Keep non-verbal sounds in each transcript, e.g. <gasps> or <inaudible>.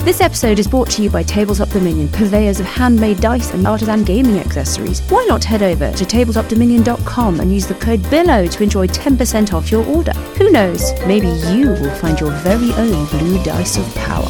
This episode is brought to you by Tabletop Dominion, purveyors of handmade dice and artisan gaming accessories. Why not head over to tabletopdominion.com and use the code BILLOW to enjoy 10% off your order? Who knows, maybe you will find your very own blue dice of power.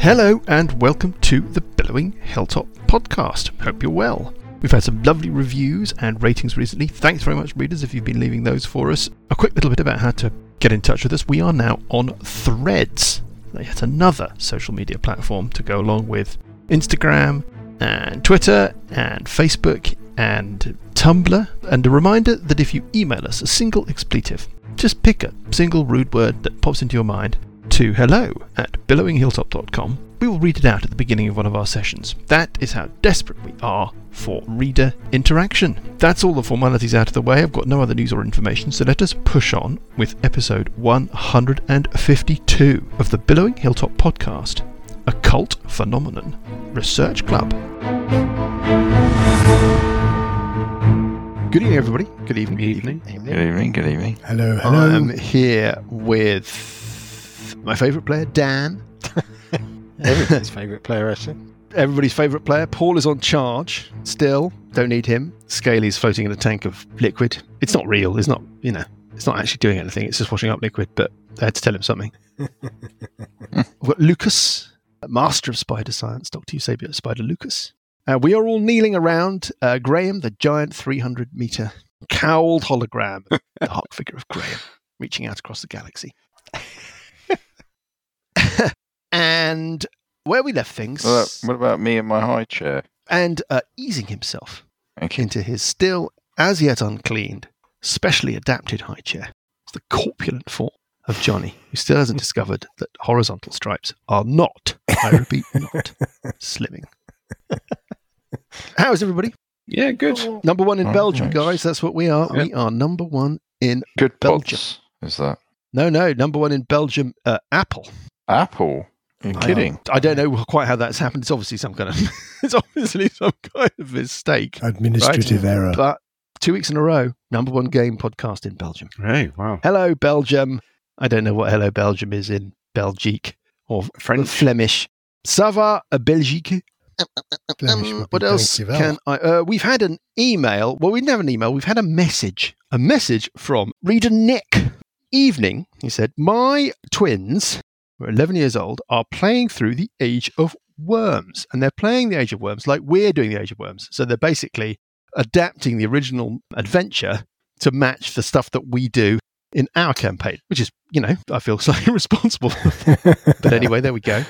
Hello and welcome to the Billowing Hilltop podcast. Hope you're well. We've had some lovely reviews and ratings recently. Thanks very much, readers, if you've been leaving those for us. A quick little bit about how to get in touch with us. We are now on Threads, yet another social media platform to go along with Instagram and Twitter and Facebook and Tumblr. And a reminder that if you email us a single expletive, just pick a single rude word that pops into your mind to hello at billowinghilltop.com. We will read it out at the beginning of one of our sessions. That is how desperate we are for reader interaction. That's all the formalities out of the way. I've got no other news or information, so let us push on with episode 152 of the Billowing Hilltop podcast A Cult Phenomenon Research Club. Good evening, everybody. Good evening. evening. Good evening. Good evening. Hello, hello. I am here with my favourite player, Dan. Everybody's favourite player, actually. Everybody's favourite player. Paul is on charge still. Don't need him. Scaly's floating in a tank of liquid. It's not real. It's not, you know, it's not actually doing anything. It's just washing up liquid, but I had to tell him something. We've got Lucas, master of spider science, Dr. Eusebio Spider Lucas. Uh, we are all kneeling around uh, Graham, the giant 300 metre cowled hologram, <laughs> the dark figure of Graham, reaching out across the galaxy. <laughs> and where we left things, Well, that- what about me and my high chair? and uh, easing himself Thank you. into his still as yet uncleaned, specially adapted high chair, it's the corpulent form of Johnny, who still hasn't discovered that horizontal stripes are not, I <laughs> repeat, not slimming. How's everybody? Yeah, good. Number one in Oh, Belgium, nice. guys. That's what we are. We are number one in Good Belgium. pods. Is that no, no, number one in Belgium. Uh, Apple. Apple? You're kidding. I don't know quite how that's happened. It's obviously some kind of. <laughs> it's obviously some kind of mistake. Administrative error. But two weeks in a row, number one game podcast in Belgium. Hey, wow. Hello Belgium. I don't know what Hello Belgium is in Belgique or French. Flemish. Ça va, uh, Belgique? Flemish Um, would be what else dankjewel. can I? Uh, we've had an email. Well, we didn't have an email. We've had a message. A message from reader Nick. Evening, he said, my twins, who are 11 years old, are playing through the Age of Worms. And they're playing the Age of Worms like we're doing the Age of Worms. So they're basically adapting the original adventure to match the stuff that we do in our campaign, which is, you know, I feel slightly <laughs> responsible. <laughs> but anyway, there we go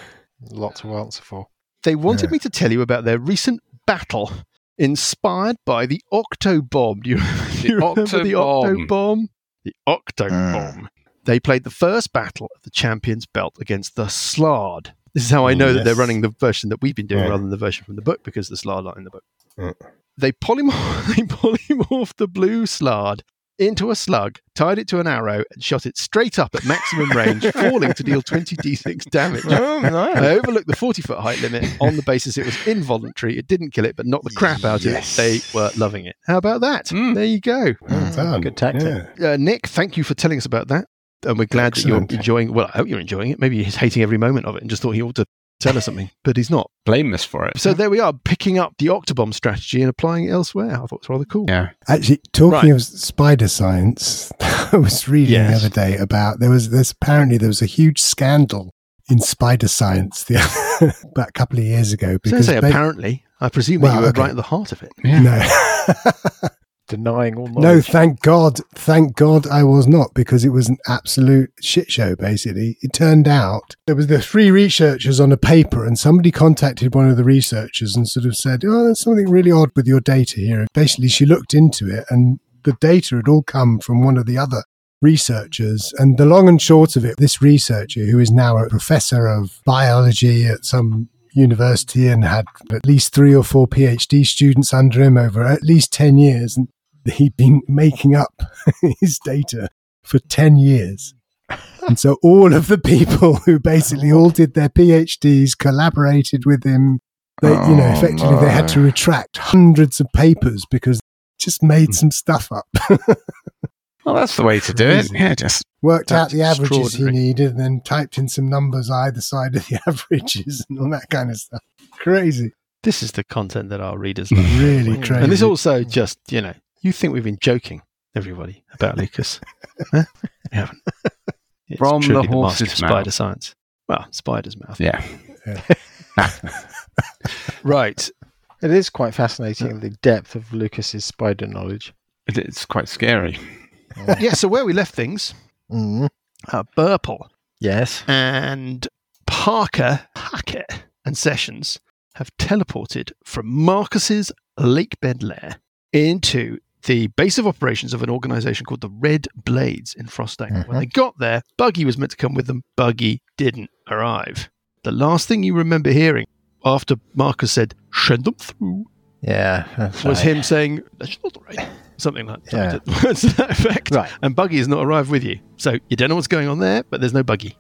Lot to answer for. they wanted Yeah. me to tell you about their recent battle inspired by the Octobomb. <laughs> Do you, do you remember the Octobomb. Octobomb? The Octobomb. They played the first battle of the Champion's Belt against the Slard. This is how I know that they're Yes. running the version that we've been doing Yeah. rather than the version from the book because the Slard aren't in the book. Mm. They, polymorph- <laughs> they polymorphed the blue Slard into a slug, tied it to an arrow, and shot it straight up at maximum range, falling to deal 20d6 damage. Oh, I no. overlooked the 40 foot height limit on the basis it was involuntary. It didn't kill it, but knocked the crap out Yes. of it. They were loving it. How about that? Mm. There you go. Hmm. Well done. Good tactic. Yeah. Uh, Nick, thank you for telling us about that. And we're glad that Excellent. you're enjoying Well, I hope you're enjoying it. Maybe he's hating every moment of it and just thought he ought to tell us something, but he's not. Blame us for it. So there we are, picking up the Octobomb strategy and applying it elsewhere. I thought it was rather cool. yeah. Actually, Right. talking of spider science, <laughs> I was reading Yes. the other day about there was there's apparently there was a huge scandal in spider science the <laughs> about a couple of years ago So I because say ba- apparently, I presume that Well, you were okay. right at the heart of it. no. <laughs> Denying all No, knowledge. thank God. Thank God I was not because it was an absolute shit show, basically. It turned out there was the three researchers on a paper and somebody contacted one of the researchers and sort of said, Oh, there's something really odd with your data here. And basically she looked into it and the data had all come from one of the other researchers. And the long and short of it, this researcher, who is now a professor of biology at some university and had at least three or four PhD students under him over at least 10 years, and <laughs> he'd been making up his data for 10 years. and so all of the people who basically all did their PhDs collaborated with him. They, you know, Oh, effectively they had to no. retract hundreds of papers because they just made some stuff up. Well, that's the way to do it. Yeah, just Worked out That's the averages he extraordinary. needed and then typed in some numbers either side of the <laughs> averages and all that kind of stuff. Crazy. This is the content that our readers love. Really And crazy. And this also just, you know, you think we've been joking, everybody, about <laughs> Lucas. Huh? we haven't. It's From the truly horse's master of mouth. spider science. Well, spider's mouth. Yeah. <laughs> Right. It is quite fascinating the depth of Lucas's spider knowledge. It- It's quite scary. Yeah, so where we left things, Mm. uh, Burple Yes. and Parker, Hackett, and Sessions have teleported from Marcus's Lakebed lair into the base of operations of an organization called the Red Blades in Frostang. When they got there, Buggy was meant to come with them. Buggy didn't arrive. The last thing you remember hearing after Marcus said, send them through, Yeah. That's was right. him saying, that's not right. <laughs> Something like Yeah. that. <laughs> Words to that effect Right. and Buggy has not arrived with you. So you don't know what's going on there, but there's no Buggy.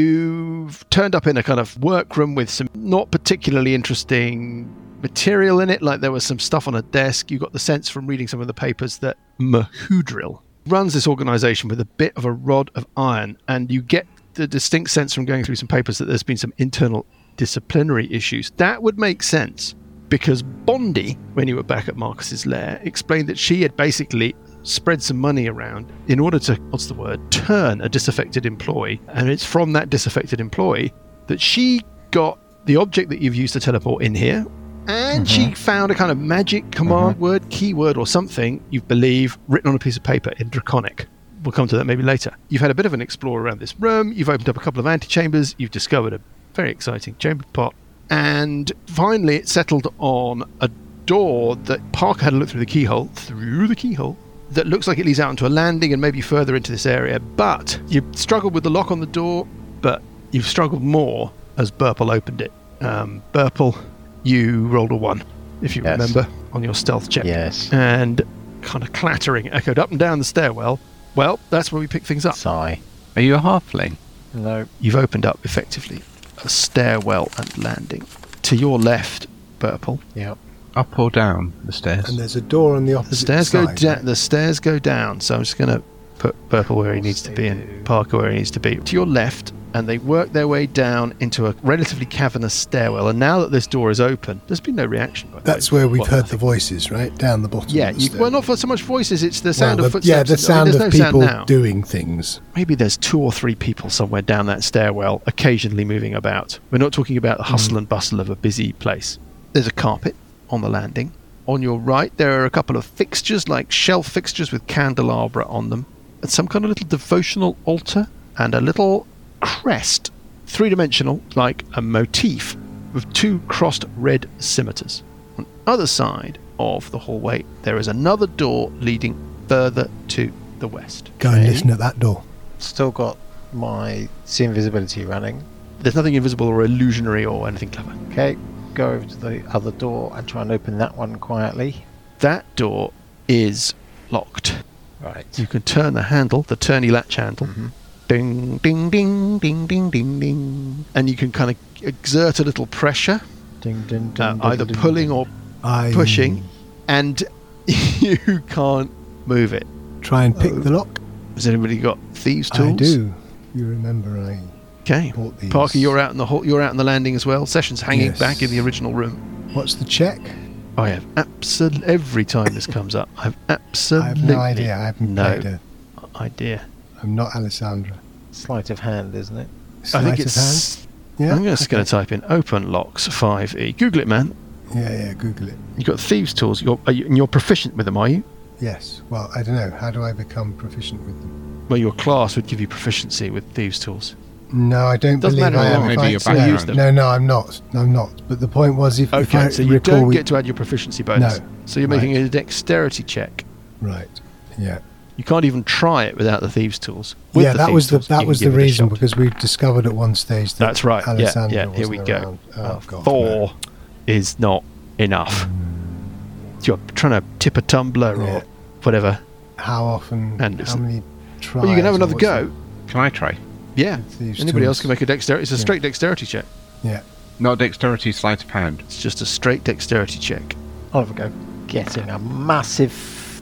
You've turned up in a kind of workroom with some not particularly interesting material in it, like there was some stuff on a desk. You got the sense from reading some of the papers that Mahudril runs this organization with a bit of a rod of iron, and you get the distinct sense from going through some papers that there's been some internal disciplinary issues. That would make sense because Bondi, when you were back at Marcus's lair, explained that she had basically spread some money around in order to what's the word turn a disaffected employee and it's from that disaffected employee that she got the object that you've used to teleport in here and she found a kind of magic command word keyword or something you believe written on a piece of paper in draconic we'll come to that maybe later you've had a bit of an explore around this room you've opened up a couple of antechambers you've discovered a very exciting chamber pot and finally it settled on a door that parker had a look through the keyhole through the keyhole that looks like it leads out into a landing and maybe further into this area. But you struggled with the lock on the door, but you've struggled more as Burple opened it. Um, Burple, you rolled a one, if you Yes. remember, on your stealth check. Yes. And kind of clattering echoed up and down the stairwell. Well, that's where we pick things up. Sigh. Are you a halfling? No. You've opened up effectively a stairwell and landing. To your left, Burple, Yep. Up or down the stairs? and there's a door on the opposite The stairs go side. down. The stairs go down. So I'm just going to put Purple where he course needs to they be do. and Parker where he needs to be. To your left, and they work their way down into a relatively cavernous stairwell. And now that this door is open, there's been no reaction. By the way. That's where we've Well, heard nothing. the voices, right? Down the bottom. Yeah, of the you, stair. well, not for so much voices. It's the sound Well, of the- footsteps. Yeah, the and- I mean, sound there's of no people sound now. doing things. Maybe there's two or three people somewhere down that stairwell, occasionally moving about. We're not talking about the hustle and bustle of a busy place. There's a carpet on the landing. On your right, there are a couple of fixtures, like shelf fixtures with candelabra on them, and some kind of little devotional altar, and a little crest, three dimensional, like a motif, with two crossed red scimitars. On the other side of the hallway, there is another door leading further to the west. Go and listen at that door. Still got my see invisibility running. There's nothing invisible or illusionary or anything clever. Okay. Go over to the other door and try and open that one quietly. That door is locked. Right. You can turn the handle, the turny latch handle. Mm-hmm. Ding, ding, ding, ding, ding, ding, ding. And you can kind of exert a little pressure, Ding, ding, ding, uh, ding, either ding, pulling ding. or I pushing, and <laughs> you can't move it. try and pick the lock. Has anybody got thieves' Uh, tools? I do. You remember I Okay. bought these. Parker, you're out in the hall, you're out in the landing as well. Sessions hanging Yes. back in the original room. What's the check? I have absolutely every time this comes up. I've <laughs> I absolutely have no idea. I haven't no played it. idea. I'm not Alessandra. Sleight of hand, isn't it? I think Sleight of hand? it's. Yeah. I'm just going to type in open locks five e. Google it, man. Yeah, yeah. Google it. You got thieves' tools. You're are you, and you're proficient with them, are you? Yes. Well, I don't know. How do I become proficient with them? Well, your class would give you proficiency with thieves' tools. No, I don't Doesn't believe matter I what. am. Maybe If I- your no, background. No, no, I'm not. I'm not. But the point was, if, if I Okay, so you recall, don't we- get to add your proficiency bonus. No. So you're making a dexterity check. right. Yeah. You can't even try it without the thieves' tools. With yeah, the that thieves' was the tools, you that can was the give it a reason shot. because we discovered at one stage that That's right. Yeah, Alessandra yeah. Here we wasn't go. around. Oh, Uh, God, Hmm. four is not enough. You're trying to tip a tumbler Yeah. or whatever. no. How often? And how it's- many tries? Well, you can have or another what's go. Can I try? it- Yeah. Thieves' Anybody else tools. can make a dexterity. It's a Yeah. straight dexterity check. Not dexterity, sleight of hand. It's just a straight dexterity check. I'll have a go. Getting a massive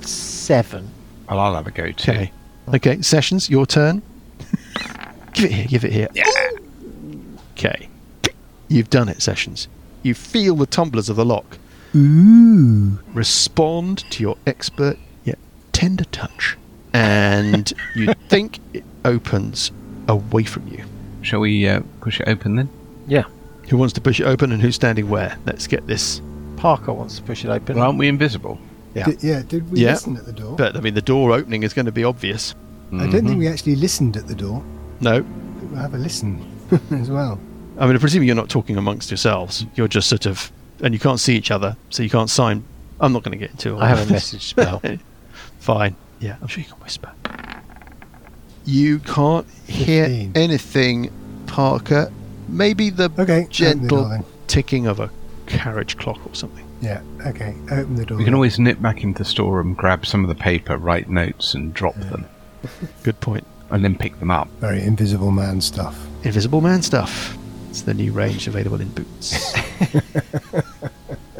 seven. Well, I'll have a go too. Okay. Okay. Sessions, your turn. give it here. Give it here. Okay. You've done it, Sessions. You feel the tumblers of the lock. Ooh. Respond to your expert yet tender touch, and you think it opens away from you. Shall we uh, push it open then? Yeah. Who wants to push it open and who's standing where? Let's get this. Parker wants to push it open. Well, aren't we invisible? Yeah. Did, yeah, did we Yeah. listen at the door? But mm-hmm. I mean, the door opening is going to be obvious. I don't think we actually listened at the door. No, We'll have <laughs> a listen as well. I mean, I presume you're not talking amongst yourselves. You're just sort of, and you can't see each other, so you can't sign. I'm not going to get into all I have of a this. message <laughs> spell. Fine. Yeah, I'm sure you can whisper. You can't hear Fifteen. anything, Parker. Maybe the Okay. open the door gentle then. ticking of a carriage clock or something. Yeah. Okay. Open the door. Mm. We can always nip back into the storeroom, grab some of the paper, write notes, and drop them, Good point. and then pick them up. Very invisible man stuff. Invisible man stuff. It's the new range available in boots.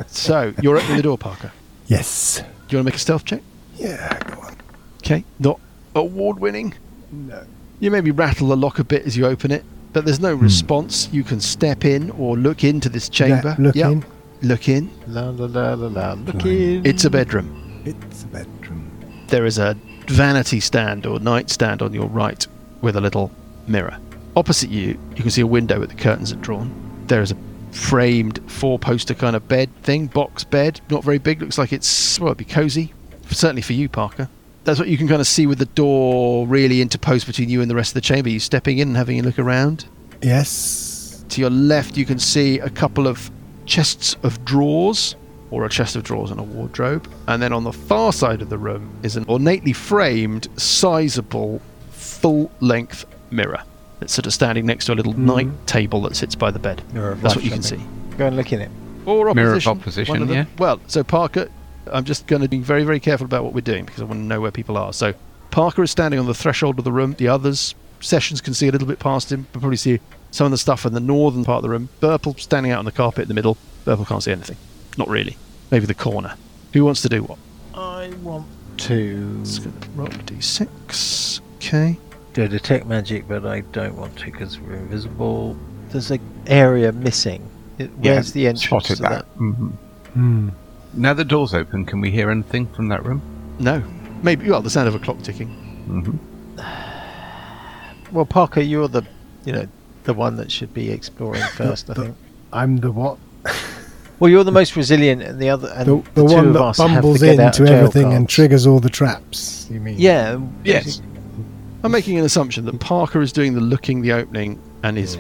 so you're opening the door, Parker. Yes. Do you want to make a stealth check? Yeah. Go on. Okay, not award winning. No. You maybe rattle the lock a bit as you open it, but there's Hmm. no response. You can step in or look into this chamber. look Yep. in. Look in. la la la la la. Look Fine. in. It's a bedroom. It's a bedroom. There is a vanity stand or nightstand on your right with a little mirror. Opposite you, you can see a window with the curtains are drawn. There is a framed four poster kind of bed thing, box bed, not very big. Looks like it's, well, it'd be cozy. Certainly for you, Parker. That's what you can kind of see with the door really interposed between you and the rest of the chamber. You stepping in and having a look around. Yes. To your left, you can see a couple of chests of drawers, or a chest of drawers and a wardrobe. And then on the far side of the room is an ornately framed, sizable, full length mirror. It's sort of standing next to a little night table that sits by the bed. Mm-hmm. Mirror of That's what life, you can I see. think. Go and look in it. Or opposition. Mirror of one opposition, of them. yeah. Well, so Parker, I'm just going to be very, very careful about what we're doing because I want to know where people are. So Parker is standing on the threshold of the room. The others, Sessions can see a little bit past him, but probably see some of the stuff in the northern part of the room. Burple standing out on the carpet in the middle. Burple can't see anything. Not really. Maybe the corner. Who wants to do what? I want to It's going to roll a d6. Okay. do detect magic, but I don't want to because we're invisible. There's an area missing. It, Yeah, where's the entrance Spotted to that. Mhm. Hmm. Now the door's open, can we hear anything from that room? No. Maybe, well, the sound of a clock ticking. hmm that? Well, Parker, you're the, you know, the one that should be exploring first. I the- think. I'm the what? Well, you're the most resilient, and the other, and The, the, two one of that us have to bumbles get out into of jail everything and cards. triggers all the traps. You mean? Yeah. Yes. I'm making an assumption that Parker is doing the looking, the opening, and is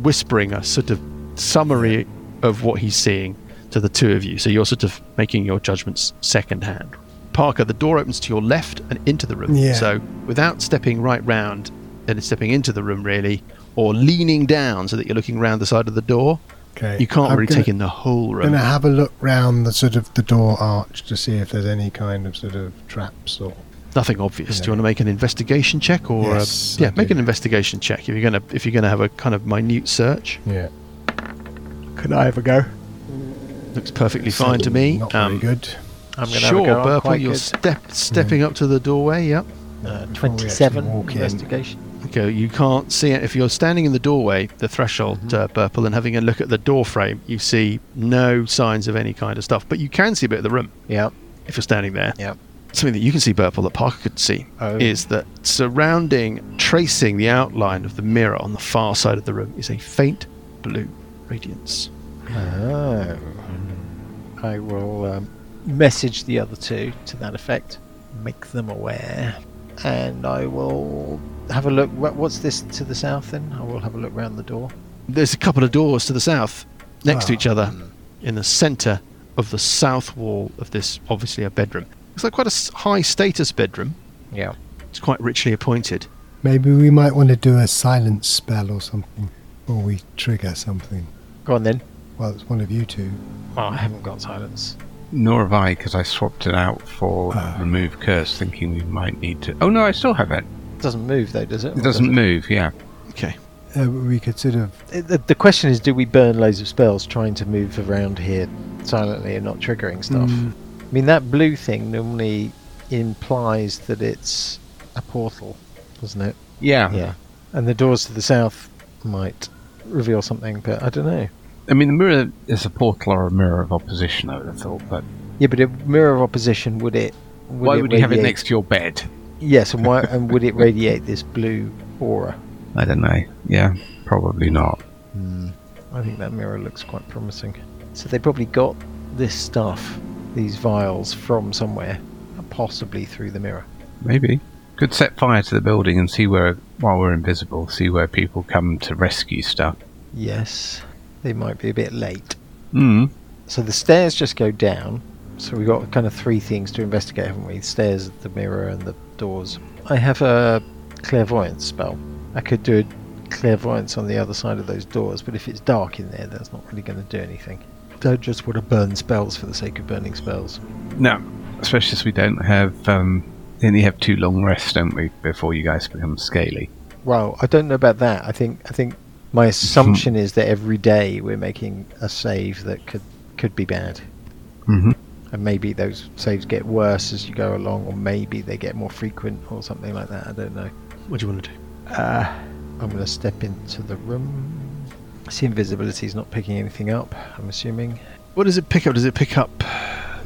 whispering a sort of summary of what he's seeing to the two of you. So you're sort of making your judgments secondhand. Parker, the door opens to your left and into the room. Yeah. So without stepping right round and stepping into the room, really, or leaning down so that you're looking round the side of the door, Okay. you can't I'm really gonna- take in the whole I'm room. going to have a look round the sort of the door arch to see if there's any kind of sort of traps or Nothing obvious. Do Yeah. you want to make an investigation check or a- Yes, I yeah, make do. an investigation check if you're gonna if you're gonna have a kind of minute search. yeah. Can I have a go? Looks perfectly fine to me. Not Um, very good. I'm going to sure, have a go. I'm Burple, quite you're good. step, stepping up to the doorway. Yep. Uh, Before we actually 27 walk in. investigation. Okay, you can't see it. If you're standing in the doorway, the threshold, uh, Burple, and having a look at the door frame, you see no signs of any kind of stuff. But you can see a bit of the room Yeah. if you're standing there. Yep. Something that you can see, Burple, that Parker could see, Oh. is that surrounding, tracing the outline of the mirror on the far side of the room is a faint blue radiance. Oh. I will um, message the other two to that effect, make them aware, and I will have a look. wha- What's this to the south then? I will have a look round the door. There's a couple of doors to the south, next to Ah. each other, in the centre of the south wall of this, obviously a bedroom. It's like quite a s- high status bedroom. Yeah. It's quite richly appointed. Maybe we might want to do a silence spell or something, or we trigger something. Go on then. Well, it's one of you two. Well, I haven't got silence. Nor have I, because I swapped it out for Ah. remove curse, thinking we might need to. Oh no, I still have it. It doesn't move though, does it? Or It doesn't move, yeah. Okay. Uh, we could sort of Uh, The, the question is, do we burn loads of spells trying to move around here silently and not triggering stuff? Hmm. Mm, I mean, that blue thing normally implies that it's a portal, doesn't it? Yeah. And the doors to the south might reveal something, but I don't know. I mean, the mirror is a portal or a mirror of opposition, I would have thought, but Yeah, but a mirror of opposition would it? Would why would you have it radiate- next to your bed? Yes, and why? and <laughs> would it radiate this blue aura? I don't know. Yeah, probably not. I think that mirror looks quite promising. So they probably got this stuff, these vials, from somewhere, possibly through the mirror. Maybe. Could set fire to the building and see where, while we're invisible, see where people come to rescue stuff. Yes, they might be a bit late. Mm. So the stairs just go down. So we've got kind of three things to investigate, haven't we? The stairs, the mirror, and the doors. I have a clairvoyance spell. I could do a clairvoyance on the other side of those doors, but if it's dark in there, that's not really going to do anything. Don't just want to burn spells for the sake of burning spells. No, especially as we don't have. Um, we only have two long rests, don't we, before you guys become scaly? Well, I don't know about that. I think I think my assumption is that every day we're making a save that could could be bad. Mm-hmm. and maybe those saves get worse as you go along, or maybe they get more frequent or something like that. I don't know. what do you want to do? I'm going to step into the room. I see invisibility is not picking anything up. I'm assuming. What does it pick up? Does it pick up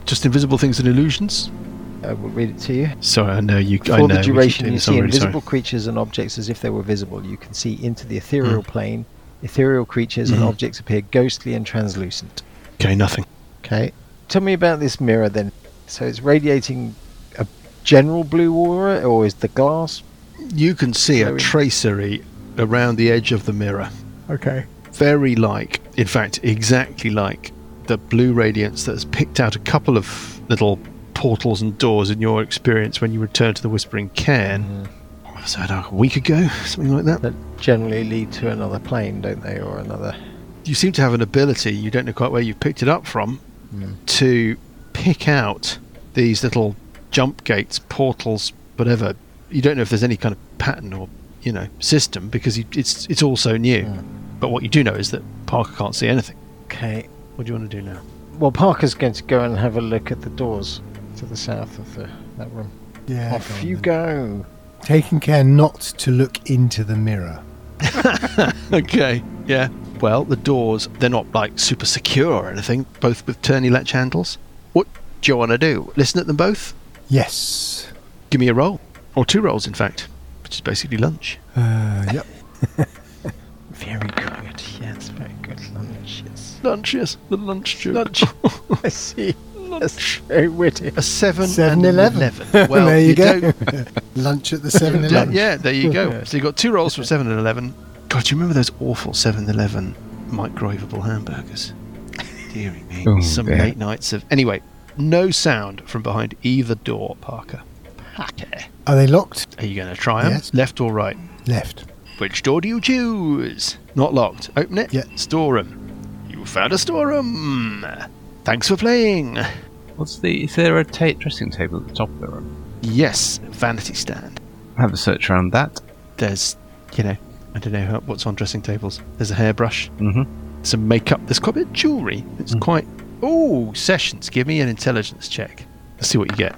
just invisible things and illusions? I will Uh, read it to you. Sorry, I know you. For I know the we keep duration, doing you this, I'm see really sorry. invisible creatures and objects as if they were visible. You can see into the ethereal Hmm. plane. Ethereal creatures and Mhm. objects appear ghostly and translucent. Okay, nothing. Okay. Tell me about this mirror then. So it's radiating a general blue aura, or is the glass? You can see a Glowing. tracery around the edge of the mirror. Okay. Very like, in fact, exactly like the blue radiance that has picked out a couple of little portals and doors in your experience when you returned to the Whispering Cairn. What was that, a week ago? Something like that? that generally lead to another plane, don't they, or another? You seem to have an ability, you don't know quite where you picked it up from, to pick out these little jump gates, portals, whatever. You don't know if there's any kind of pattern or you know system because you, it's it's all so new. But what you do know is that Parker can't see anything. Okay. What do you want to do now? Well, Parker's going to go and have a look at the doors to the south of the, that room. yeah, Off go on you then. go. taking care not to look into the mirror. <laughs> Okay. Yeah. Well, the doors they're not like super secure or anything, both with turny latch handles. What do you want to do? Listen at them both. Yes. Give me a roll or two rolls, in fact, which is basically lunch. Uh, yep. Very good. Yes, very good lunch. Yes. Lunch, yes. The lunch joke. Lunch. <laughs> I see. That's very witty. <laughs> A seven. 7-Eleven. and an 11. <laughs> <laughs> Well, there you, don't <laughs> go. <laughs> Lunch at the 7 Yeah, Eleven. yeah, there you go. So you got two rolls from 7 and 11. God, do you remember those awful 7 Eleven microwavable hamburgers? Deary me. Oh, Some dear. late nights of. Anyway, no sound from behind either door, Parker. Okay. Are they locked? Are you going to try them? Yes. Left or right? Left. Which door do you choose? Not locked. Open it. Yeah. Storeroom. You found a storeroom. Thanks for playing. What's the? Is there a ta- dressing table at the top of the room? Yes, vanity stand. Have a search around that. There's, you know, I don't know how- what's on dressing tables. There's a hairbrush. Mm-hmm. some makeup. There's quite a bit of jewellery. It's Mm. quite. Oh, sessions. Give me an intelligence check. Let's see what you get.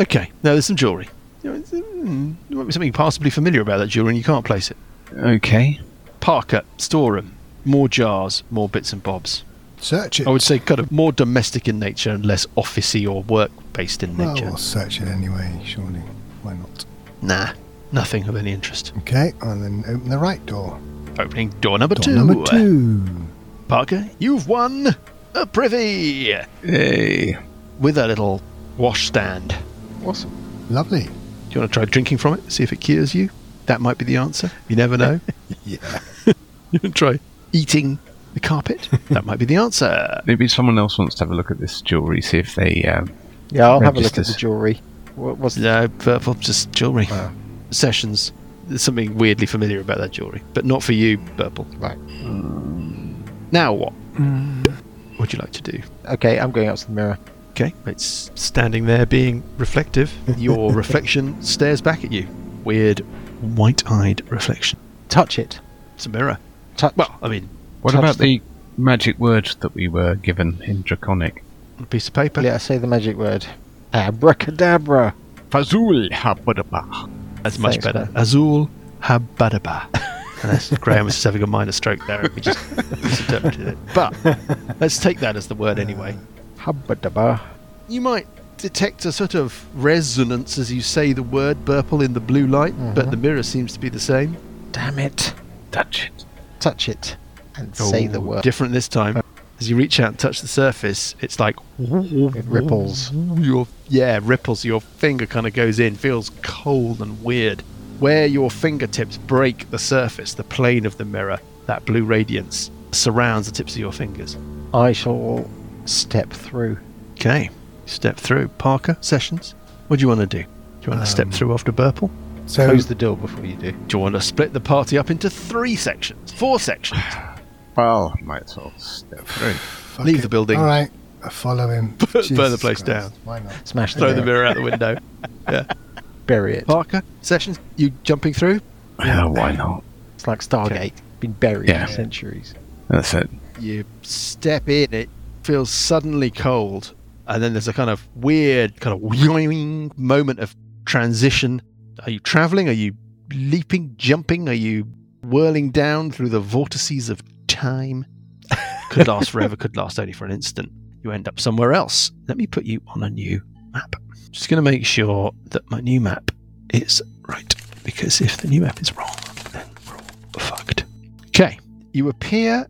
Okay, now there's some jewellery. You know, it's, mm, There might be something passably familiar about that jewellery and you can't place it. Okay. Parker, storeroom. More jars, more bits and bobs. Search it. I would say kind of more domestic in nature and less officey or work based in well, nature. we'll search it anyway, surely. Why not? Nah, nothing of any interest. Okay, and then open the right door. Opening door number, Door two. number two. Parker, you've won a privy Hey. with a little washstand. Awesome. Lovely. Do you want to try drinking from it? See if it cures you? That might be the answer. You never know. Yeah. <laughs> you can try eating the carpet. That might be the answer. Maybe someone else wants to have a look at this jewellery, see if they. Um, Yeah, I'll have a look at the Registers. jewellery. What, what's No, purple, just jewellery. Sessions. There's something weirdly familiar about that jewellery, but not for you, purple. Right. Now what? What would you like to do? Okay, I'm going up to the mirror. Okay, <laughs> it's standing there being reflective. Your reflection stares back at you. Weird white eyed reflection. Touch it. It's a mirror. Touch. Well, I mean, What Touch about the- the magic word that we were given in Draconic? on a piece of paper. yeah, say the magic word. Abracadabra. Fazul Habadaba. That's much Thanks, better. Azul Habadaba. <laughs> Unless Graham was just having a minor stroke there and we just misinterpreted it. But let's take that as the word anyway. Habadaba. You might detect a sort of resonance as you say the word purple in the blue light, Mm-hmm. but the mirror seems to be the same. Damn it. Touch it. Touch it and say the Ooh, word. Uh, Different this time. As you reach out and touch the surface, it's like It ripples. your yeah ripples your finger kind of goes in feels cold and weird where your fingertips break the surface the plane of the mirror that blue radiance surrounds the tips of your fingers I shall step through. okay step through parker sessions what do you want to do do you want to Um, step through after burple So Close the door before you do. do you want to split the party up into three sections four sections Well, might as well step through. Ah, fuck leave it. the building. All right, I follow <laughs> him. Burn the place Jesus Christ, down. Why not? Smash the, throw mirror. the mirror out the <laughs> window Bury it. parker sessions you jumping through Yeah, why not? It's like Stargate. Been buried Yeah. for centuries. That's it. you step in, it feels suddenly cold, and then there's a kind of weird, kind of whirling moment of transition. Are you traveling? Are you leaping, jumping? Are you whirling down through the vortices of time? <laughs> Could last forever, could last only for an instant. You end up somewhere else. Let me put you on a new map. Just going to make sure that my new map is right, because if the new map is wrong, then we're all fucked. Okay, you appear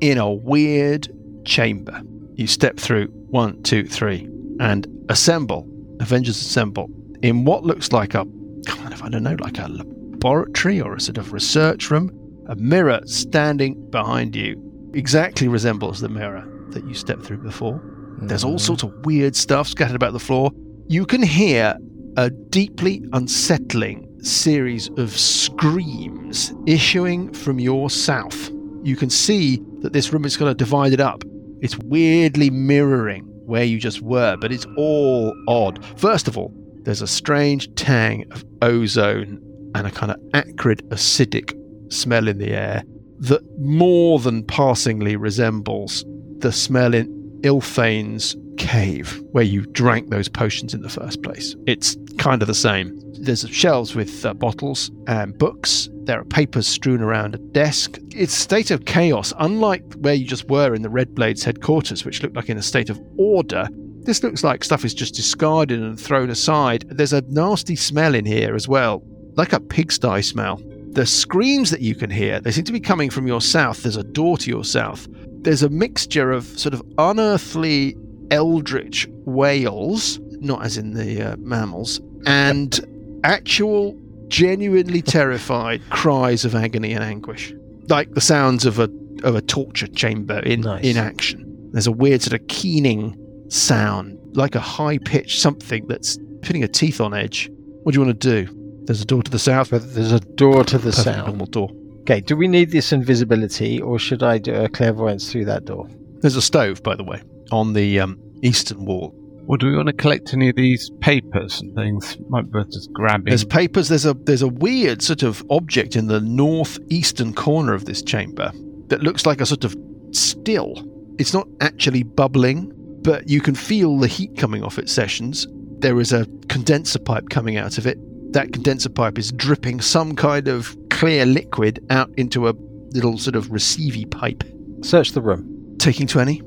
in a weird chamber. You step through one, two, three, and assemble. Avengers assemble in what looks like a kind of, I don't know, like a laboratory or a sort of research room. A mirror standing behind you exactly resembles the mirror that you stepped through before. There's all sorts of weird stuff scattered about the floor. You can hear a deeply unsettling series of screams issuing from your south. You can see that this room is kind of divided up. It's weirdly mirroring where you just were, but it's all odd. First of all, there's a strange tang of ozone and a kind of acrid, acidic smell in the air that more than passingly resembles the smell in Ilfane's cave where you drank those potions in the first place. It's kind of the same. There's shelves with uh, bottles and books. There are papers strewn around a desk. It's a state of chaos, unlike where you just were in the Red Blades headquarters, which looked like in a state of order. This looks like stuff is just discarded and thrown aside. There's a nasty smell in here as well, like a pigsty smell. The screams that you can hear, they seem to be coming from your south. There's a door to your south there's a mixture of sort of unearthly eldritch whales, not as in the uh, mammals, and actual genuinely terrified <laughs> cries of agony and anguish, like the sounds of a of a torture chamber in Nice. in action. There's a weird sort of keening sound, like a high pitched something that's putting a teeth on edge. What do you want to do? There's a door to the south. But there's a door to the Perfect sound. normal door. Okay, do we need this invisibility or should I do a clairvoyance through that door? There's a stove, by the way, on the um, eastern wall. Well, do we want to collect any of these papers and things? Might be worth just grabbing. Mm. There's papers. There's a there's a weird sort of object in the northeastern corner of this chamber that looks like a sort of still. It's not actually bubbling, but you can feel the heat coming off its sessions. There is a condenser pipe coming out of it. That condenser pipe is dripping some kind of clear liquid out into a little sort of receivy pipe. Search the room. Taking twenty.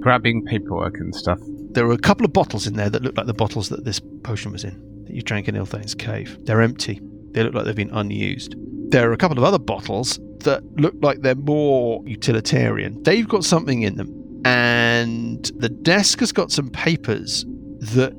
grabbing paperwork and stuff. There were a couple of bottles in there that looked like the bottles that this potion was in, that you drank in Ilthane's cave. They're empty. They look like they've been unused. There are a couple of other bottles that look like they're more utilitarian. They've got something in them. And the desk has got some papers that.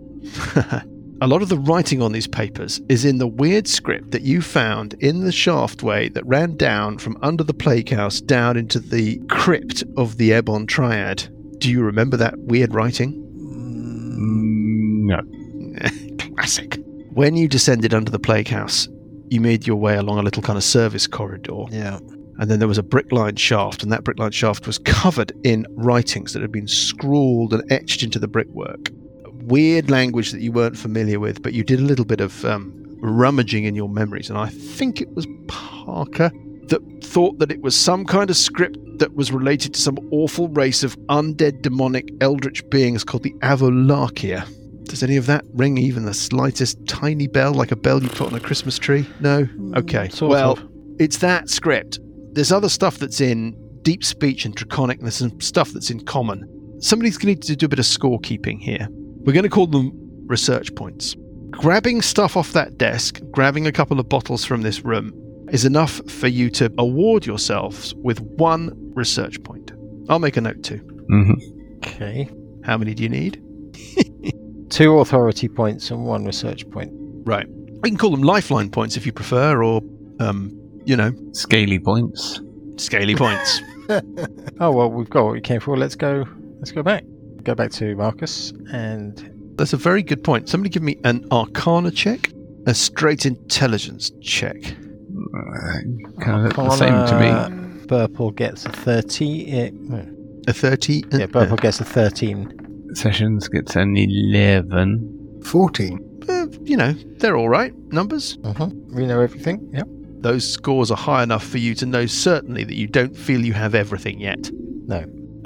<laughs> a lot of the writing on these papers is in the weird script that you found in the shaftway that ran down from under the plague house down into the crypt of the Ebon Triad. Do you remember that weird writing? Mm, no. Classic. When you descended under the plague house, you made your way along a little kind of service corridor, Yeah. and then there was a brick lined shaft, and that brick lined shaft was covered in writings that had been scrawled and etched into the brickwork. Weird language that you weren't familiar with, but you did a little bit of um, rummaging in your memories, and I think it was Parker that thought that it was some kind of script that was related to some awful race of undead demonic eldritch beings called the Avolakia. Does any of that ring even the slightest tiny bell, like a bell you put on a Christmas tree? No? Okay. Mm, sort well, of. it's that script. There's other stuff that's in deep speech and draconic, and there's some stuff that's in common. Somebody's going to need to do a bit of scorekeeping here. We're going to call them research points. Grabbing stuff off that desk, grabbing a couple of bottles from this room, is enough for you to award yourselves with one research point. I'll make a note too. hmm Okay. How many do you need? Two authority points and one research point. Right. We can call them lifeline points if you prefer, or, um, you know, Scaly points. scaly points. Oh well, we've got what we came for. Let's go. Let's go back. Go back to Marcus and That's a very good point. Somebody give me an arcana check, a straight intelligence check. Uh, Kind of look the same to me. Arcana, Purple gets a thirty. It, no. A 30. yeah, Purple gets a thirteen. Sessions gets an 11. 14. Uh, you know, they're all right numbers. Uh-huh. We know everything. Yep. Those scores are high enough for you to know certainly that you don't feel you have everything yet.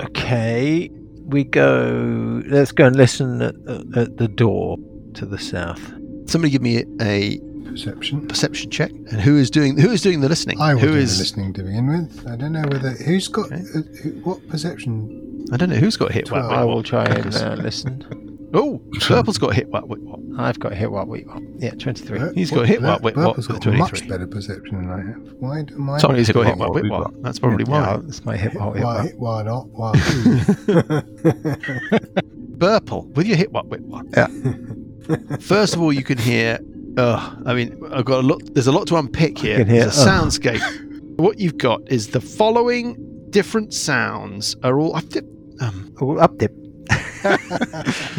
Okay, we go. Let's go and listen at, at, at the door to the south. Somebody give me a Perception. perception check. And who is doing who is doing the listening? I will Who do is- the listening to begin with. I don't know whether who's got Okay. uh, who, what perception. I don't know who's got hit. Twelve. What, I will try and Marcus. uh, listen. Oh, purple's got hit. What, what, what? I've got hit what we want. Yeah, twenty-three. Bert- He's got what- hit Bert- what- wait, Bert what, has with got much 23? better perception than I have. Why do my Somebody's got hit. what, What, what, what, what? what? That's probably Yeah, why. that's my hit what we why, want. hit, why not? Why? <laughs> who? Burple with your hit what wit what. Yeah. <laughs> First of all, you can hear. Uh, I mean, I've got a lot. There's a lot to unpick here. can hear, oh. there's a "Ugh." soundscape. <laughs> what you've got is the following different sounds are all. I've, di- um, All Oh, up dip.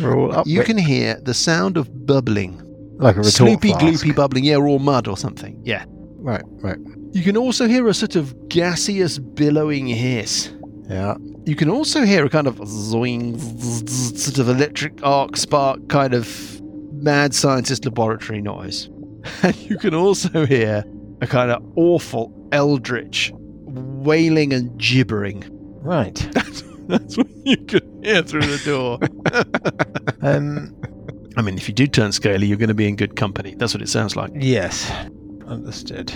We're all up. you dip. can hear the sound of bubbling, like Oh, a retort sleepy flask. gloopy bubbling, yeah, or mud or something. Yeah. Right, right. You can also hear a sort of gaseous billowing hiss. Yeah. You can also hear a kind of zoing, zzz, zzz, sort of electric arc spark kind of mad scientist laboratory noise. <laughs> And you can also hear a kind of awful eldritch wailing and gibbering. <laughs> Right. That's what you can hear through the door. Um. <laughs> I mean, if you do turn scaly, you're going to be in good company. That's what it sounds like. yes. Understood.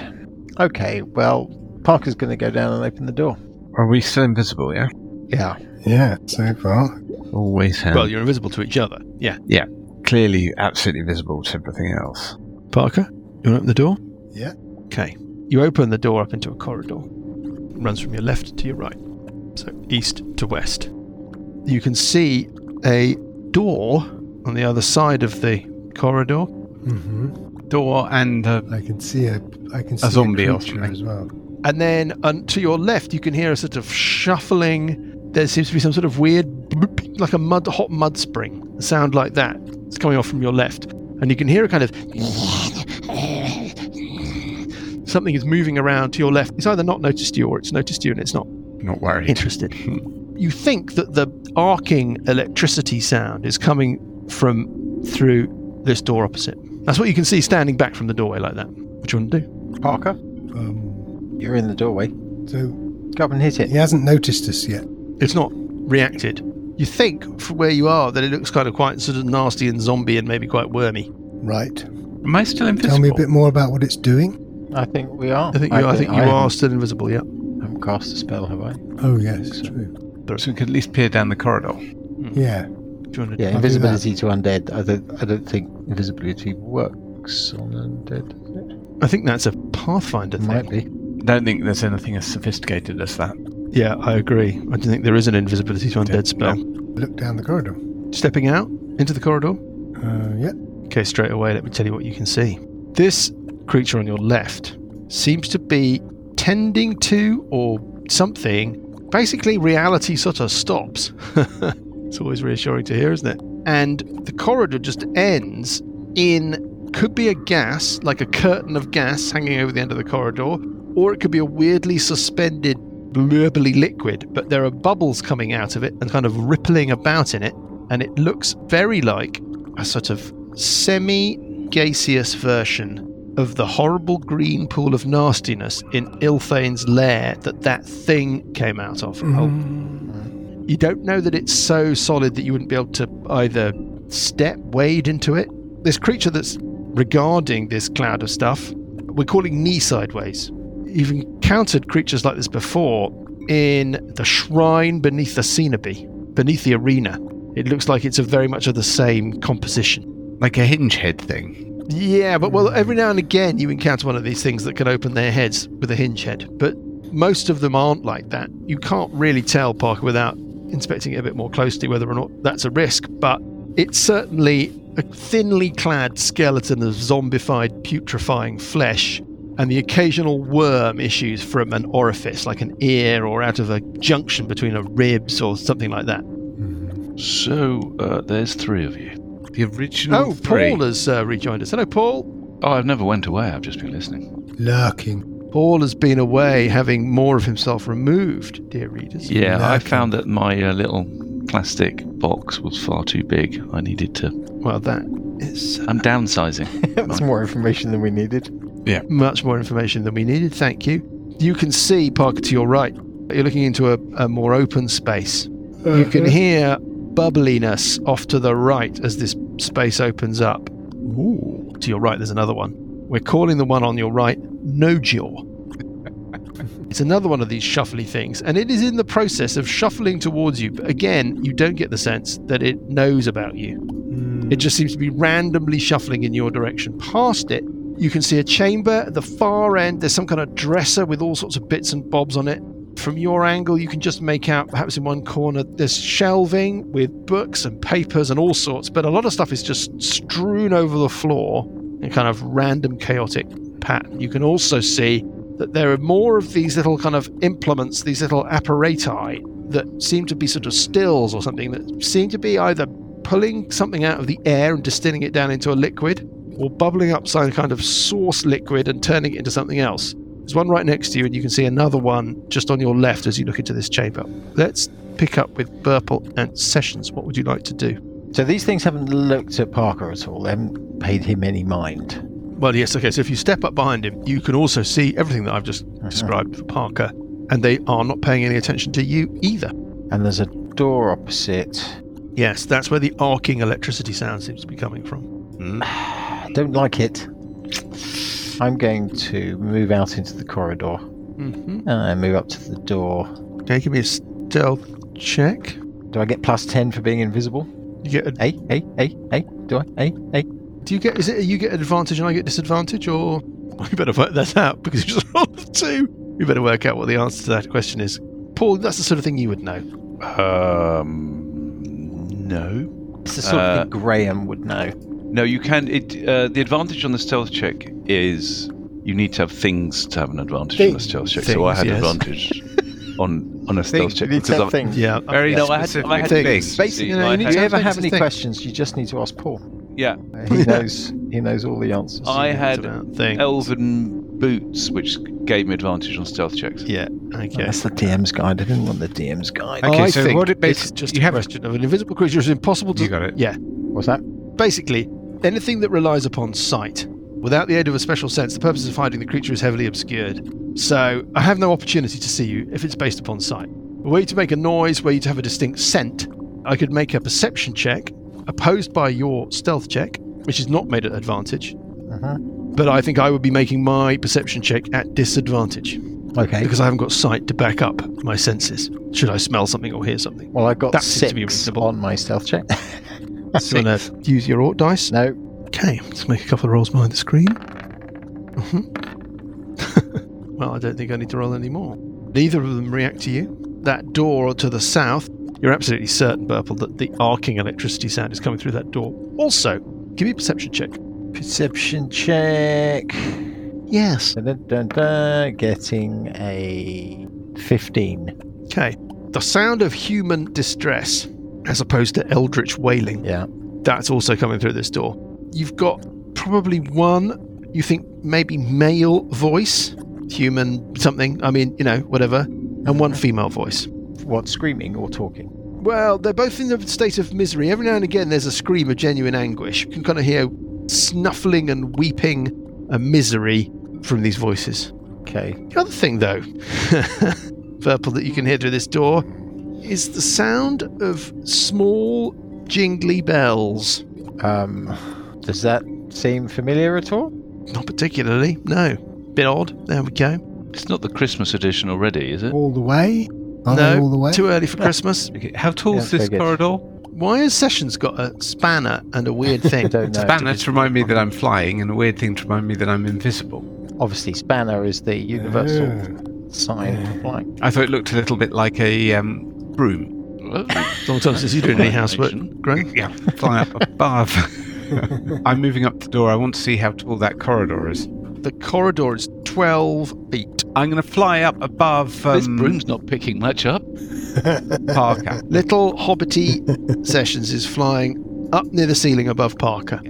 Okay. Well, Parker's going to go down and open the door. Are we still invisible, yeah? Yeah. yeah, so far. Always have. Well, you're invisible to each other. Yeah. Clearly, absolutely visible to everything else. Parker, you want to open the door? Yeah. Okay. You open the door up into a corridor. runs from your left to your right. So east to west. You can see a door on the other side of the corridor. hmm Door and uh, I can see a. I can see zombie a or creature something. as well. And then um, to your left, you can hear a sort of shuffling. There seems to be some sort of weird, bloop, like a mud, hot mud spring, a sound like that. It's coming off from your left. And you can hear a kind of. Something is moving around to your left. It's either not noticed you or it's noticed you and it's not not worried. interested. you think that the arcing electricity sound is coming from through this door opposite. That's what you can see standing back from the doorway like that. What do you want to do? Parker, Um, you're in the doorway. so Go up and hit it. he hasn't noticed us yet. It's not reacted. You think from where you are that it looks kind of quite sort of nasty and zombie and maybe quite wormy. Right. Am I still invisible? Tell me a bit more about what it's doing. I think we are. I think you, I think you are still invisible. Yeah. I haven't cast a spell, have I? Oh yes, true. So we could at least peer down the corridor. Hmm. Yeah. Do you want to Yeah, do invisibility to undead. I don't, I don't think invisibility works on undead. I think that's a Pathfinder It thing. might be. Don't think there's anything as sophisticated as that. Yeah, I agree. I don't think there is an invisibility to undead Yeah, spell. Look down the corridor. Stepping out into the corridor. Uh, yeah. Okay, straight away, let me tell you what you can see. This creature on your left seems to be tending to or something. Basically, reality sort of stops. <laughs> it's always reassuring to hear, isn't it? And the corridor just ends in could be a gas, like a curtain of gas hanging over the end of the corridor, or it could be a weirdly suspended, blurbly liquid, but there are bubbles coming out of it and kind of rippling about in it, and it looks very like a sort of semi gaseous version of the horrible green pool of nastiness in Ilthane's lair that that thing came out of. Oh. You don't know that it's so solid that you wouldn't be able to either step, wade into it. This creature that's regarding this cloud of stuff, we're calling knee sideways. You've encountered creatures like this before in the shrine beneath the Cenobi, beneath the arena. It looks like it's a very much of the same composition. Like a hinge head thing. Yeah, but well, every now and again you encounter one of these things that can open their heads with a hinge head, but most of them aren't like that. You can't really tell, Parker, without inspecting it a bit more closely whether or not that's a risk, but it's certainly a thinly clad skeleton of zombified, putrefying flesh, and the occasional worm issues from an orifice, like an ear or out of a junction between a ribs or something like that. So uh, there's three of you. The original. Oh, three. Paul has uh, rejoined us. Hello, Paul. Oh, I've never went away. I've just been listening. Lurking. Paul has been away, having more of himself removed, dear readers. Yeah, I Lurking. found that my uh, little plastic box was far too big. I needed to. Well, that is I'm <laughs> downsizing. That's more information than we needed. much more information than we needed. Thank you. You can see, Parker, to your right, you're looking into a, a more open space. Uh, You can hear bubbliness off to the right as this space opens up. Ooh. To your right, there's another one. We're calling the one on your right Nojaw. it's another one of these shuffly things, and it is in the process of shuffling towards you. But again, you don't get the sense that it knows about you. It just seems to be randomly shuffling in your direction. Past it, you can see a chamber at the far end. There's some kind of dresser with all sorts of bits and bobs on it. From your angle, you can just make out, perhaps in one corner, there's shelving with books and papers and all sorts, but a lot of stuff is just strewn over the floor in kind of random, chaotic pattern. You can also see that there are more of these little kind of implements, these little apparati that seem to be sort of stills or something that seem to be either pulling something out of the air and distilling it down into a liquid or bubbling up some kind of source liquid and turning it into something else. There's one right next to you, and you can see another one just on your left as you look into this chamber. Let's pick up with Burple and Sessions. What would you like to do? So these things haven't looked at Parker at all. They haven't paid him any mind. Well, yes, okay, so if you step up behind him, you can also see everything that I've just described for Parker, and they are not paying any attention to you either. And there's a door opposite. Yes, that's where the arcing electricity sound seems to be coming from. I don't like it. I'm going to move out into the corridor Mm-hmm. and move up to the door. Okay, give me a stealth check. Do I get plus 10 for being invisible? You get a, Hey, hey, hey, hey. Do I? Hey, hey. Do you get? Is it you get advantage and I get disadvantage, or <laughs> we better work that out because you just <laughs> rolled a two. We better work out what the answer to that question is. Paul, that's the sort of thing you would know. Um, no, It's the sort Uh, of thing Graham would know. no. You can. It. Uh, the advantage on the stealth check is you need to have things to have an advantage on the Things. stealth check. so I Things, had yes. advantage on on a stealth check you because I'm things. Yeah. Very No, I had- specific I had thing. things. Basically, See, you know, you I need If had- you ever Sometimes have it's any things. questions, you just need to ask Paul. yeah. Uh, He knows. He knows all the answers. I That's had about thing. Oh. elven boots, which gave me advantage on stealth checks. Yeah. Oh, Okay. That's the DM's guide. I didn't want the DM's guide. Okay, I so think what it basi- it's just you a have- question of an invisible creature is impossible to. You got it. Yeah. What's that? Basically, anything that relies upon sight, without the aid of a special sense, the purpose of hiding the creature is heavily obscured. So I have no opportunity to see you if it's based upon sight. Were you to make a noise, were you to have a distinct scent, I could make a perception check opposed by your stealth check, which is not made at advantage. Uh-huh. But I think I would be making my perception check at disadvantage Okay. because I haven't got sight to back up my senses. Should I smell something or hear something? Well, I got That seems six to be reasonable. on my stealth check. <laughs> Do you want to use your ort dice? no, Okay, let's make a couple of rolls behind the screen. Mhm. <laughs> well, I don't think I need to roll any more. Neither of them react to you. That door to the south, you're absolutely certain, Burple, that the arcing electricity sound is coming through that door. Also, give me a perception check. perception check. Yes. Dun, dun, dun, dun. Getting a fifteen. Okay. The sound of human distress, as opposed to eldritch wailing, Yeah. that's also coming through this door. You've got probably one, you think maybe male voice, human something, I mean, you know, whatever, and one female voice. What? Screaming or talking? Well, they're both in a state of misery. Every now and again, there's a scream of genuine anguish. You can kind of hear snuffling and weeping and misery from these voices. Okay. The other thing, though, <laughs> purple that you can hear through this door is the sound of small jingly bells. Um, does that seem familiar at all? Not particularly, no. Bit odd. There we go. It's not the Christmas edition already, is it? All the way? Are they no, all the way? too <laughs> early for Christmas. Okay, How tall is Yeah, very this good. corridor? Why has Sessions got a spanner and a <laughs> weird thing? I don't know. Banner Uh, to remind me that I'm flying, and a weird thing to remind me that I'm invisible. Obviously, spanner is the universal sign of flight. I thought it looked a little bit like a um, broom. Long time since you've done any housework, Graham. Yeah, <laughs> flying up above. <laughs> I'm moving up the door. I want to see how tall that corridor is. The corridor is 12 feet. I'm going to fly up above um, this broom's not picking much up. Parker. Little <laughs> hobbity Sessions is flying up near the ceiling above Parker.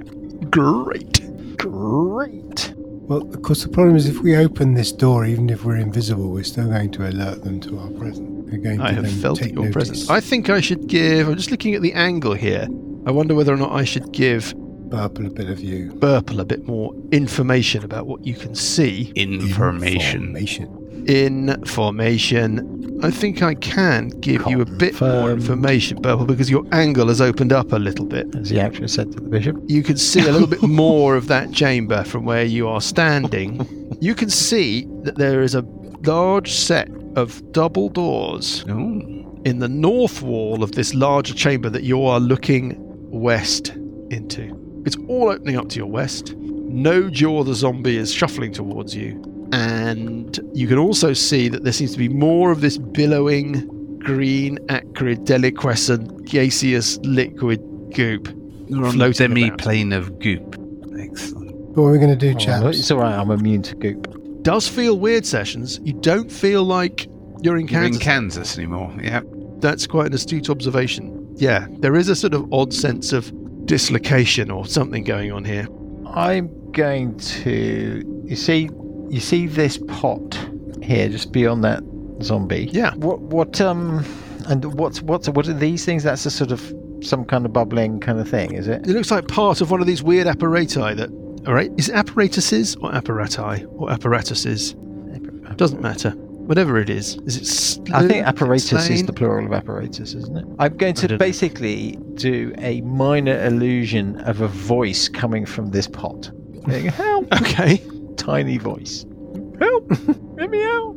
Great. Great. Well, of course, the problem is if we open this door, even if we're invisible, we're still going to alert them to our presence. They're going I to have then felt take your notice. presence. I think I should give. I'm just looking at the angle here. I wonder whether or not I should give Purple, a bit of you. Burple a bit more information about what you can see Information. Information. in formation. I think I can give you a bit more Confirmed. information, Burple, because your angle has opened up a little bit. As the actress said to the bishop. you can see a little bit more of that chamber from where you are standing. You can see that there is a large set of double doors Oh, in the north wall of this larger chamber that you are looking west into. It's all opening up to your west. No jaw the zombie is shuffling towards you. And you can also see that there seems to be more of this billowing, green, acrid, deliquescent, gaseous liquid goop. you're on a Floating demi about. plane of goop. Excellent. What are we going to do, Oh, chaps? it's all right. I'm immune to goop. does feel weird sessions. You don't feel like you're in You're in Kansas. Kansas anymore. Yeah. That's quite an astute observation. Yeah, there is a sort of odd sense of dislocation or something going on here. I'm going to. You see, you see this pot here, just beyond that zombie. Yeah. What? What? Um. And what's what's what are these things? That's a sort of some kind of bubbling kind of thing, is it? It looks like part of one of these weird apparati that. All right, is it apparatuses or apparati or apparatuses? Doesn't matter. Whatever it is, is it? Sl- I think apparatus is slain? the plural of apparatus, isn't it? I'm going I don't know. to basically do a minor illusion of a voice coming from this pot. <laughs> Going, Help! <laughs> Okay, Tiny voice. Help! Let me out!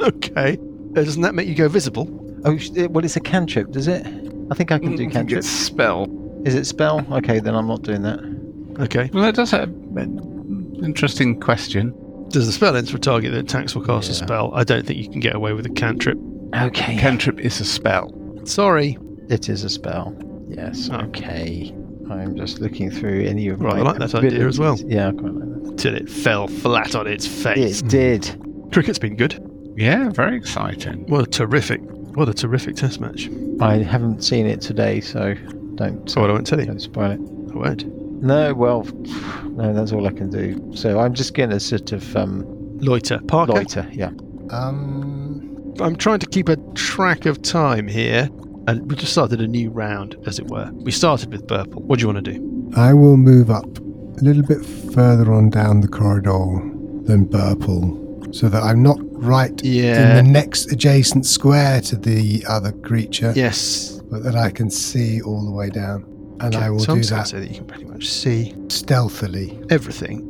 okay. Uh, Doesn't that make you go visible? Oh, sh- uh, well, it's a cantrip, does it? I think Mm, I can do cantrip. spell. Is it spell? Okay, then I'm not doing that. Okay. Well, that does have an interesting question. Does the spell enter a target that attacks will cast a spell? I don't think you can get away with a cantrip. Okay. Cantrip is a spell. Sorry. it is a spell. Yes. Oh. Okay. I'm just looking through any of Right, I my like that idea as well. abilities. Yeah, I quite like that. till it fell flat on its face. It did. Cricket's been good. Yeah, very exciting. What a terrific, what a terrific test match. I haven't seen it today, so don't So what I won't tell you. don't spoil it. I won't. No, well, no, that's all I can do. So I'm just going to sort of um, Loiter. Parker, loiter. Yeah. Um, I'm trying to keep a track of time here. And we just started a new round, as it were. We started with Burple. What do you want to do? I will move up a little bit further on down the corridor than Burple, so that I'm not right Yeah. in the next adjacent square to the other creature, Yes. but that I can see all the way down. And Okay, I will so I'm do just gonna that say that you can pretty much see stealthily. everything.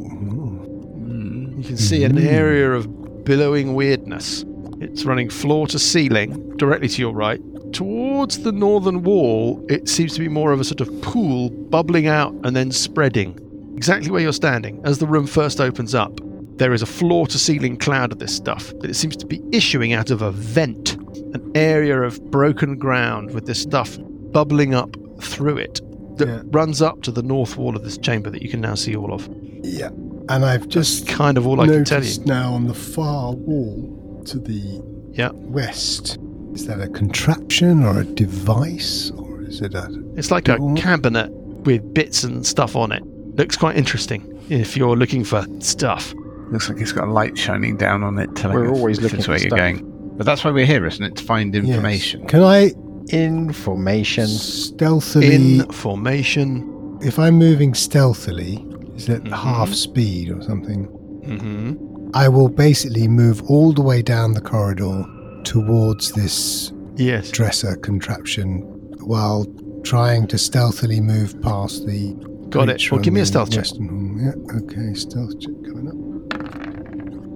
Ooh. Mm. You can see an Mm. area of billowing weirdness. It's running floor to ceiling, directly to your right. Towards the northern wall, it seems to be more of a sort of pool bubbling out and then spreading. Exactly where you're standing, as the room first opens up, there is a floor to ceiling cloud of this stuff, but it seems to be issuing out of a vent, an area of broken ground with this stuff bubbling up through it that Yeah. runs up to the north wall of this chamber that you can now see all of. Yeah. And I've just Kind of all I can tell you. noticed now on the far wall to the Yeah. west. Is that a contraption or a device? Or is it a. It's like a Door. cabinet with bits and stuff on it. Looks quite interesting if you're looking for stuff. Looks like it's got a light shining <laughs> down on it. Telling We're us always this looking is where for you're stuff. going. But that's why we're here, isn't it? To find Yes. information. Can I Information. stealthily. In formation. if I'm moving stealthily, It's at Mhm. half speed or something. Mm-hmm. I will basically move all the way down the corridor towards this Yes. dresser contraption while trying to stealthily move past the. Got it. creature Well, give on me a the stealth check. western wall. Yeah, okay, stealth check coming up.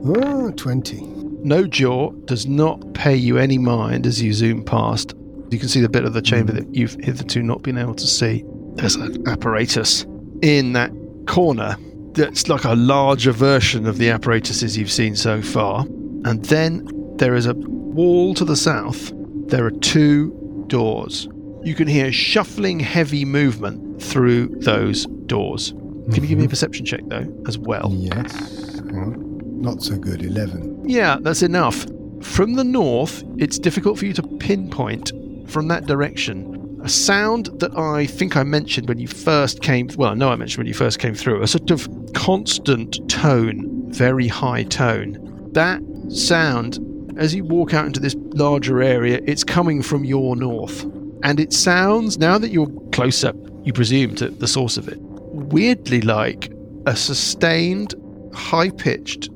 Oh, 20. No jaw does not pay you any mind as you zoom past. You can see the bit of the chamber that you've hitherto not been able to see. There's an apparatus in that corner that's like a larger version of the apparatuses you've seen so far. And then there is a wall to the south. There are two doors. You can hear shuffling, heavy movement through those doors. Can you give me a perception check, though, as well? Yes. Hang on. Not so good, 11. Yeah, that's enough. From the north, it's difficult for you to pinpoint from that direction. A sound that I think I mentioned when you first came, well, I know I mentioned when you first came through, a sort of constant tone, very high tone. That sound, as you walk out into this larger area, it's coming from your north. And it sounds, now that you're closer, you presume, to the source of it, weirdly like a sustained, high pitched,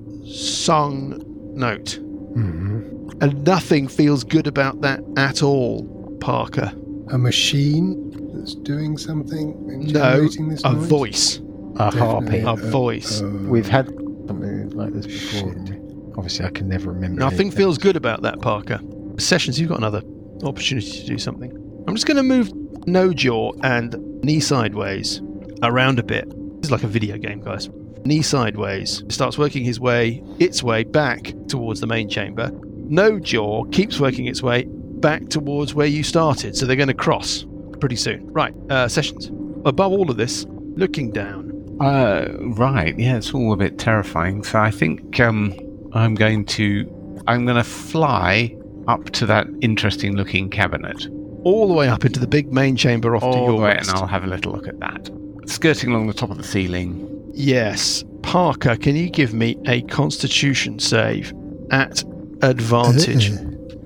sung note. hmm And nothing feels good about that at all, Parker. A machine that's doing something? and No, generating this a noise? voice. A Definitely uh, harpy. A voice. We've had something like this before. haven't we? Obviously, I can never remember. Nothing anything. feels good about that, Parker. Sessions, you've got another opportunity to do something. I'm just going to move no jaw and knee sideways around a bit. This is like a video game, guys. Knee sideways. He starts working his way, its way back towards the main chamber. No jaw keeps working its way back towards where you started. So they're going to cross pretty soon. Right, uh, sessions. Above all of this, looking down. Uh, right. Yeah, it's all a bit terrifying. So I think um, I'm going to I'm going to fly up to that interesting looking cabinet All the way up into the big main chamber off to all your the way, west. and I'll have a little look at that. Skirting along the top of the ceiling. Yes. Parker, can you give me a constitution save at advantage, Uh,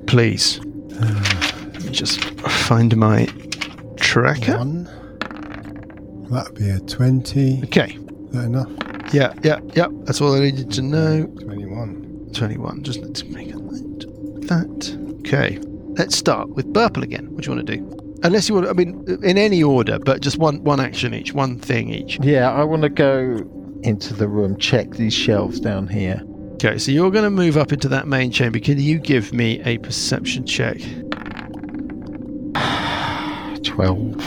please? Let me just find my tracker. One. That'd be a 20. Is Okay. that enough? Yeah, yeah, yeah. That's all I needed to know. 21. 21. Just need to make a note of that. Okay. Let's start with Burple again. What do you want to do? Unless you want, I mean, in any order, but just one one action each, one thing each. Yeah, I want to go into the room, check these shelves down here. Okay, so you're going to move up into that main chamber. Can you give me a perception check? 12.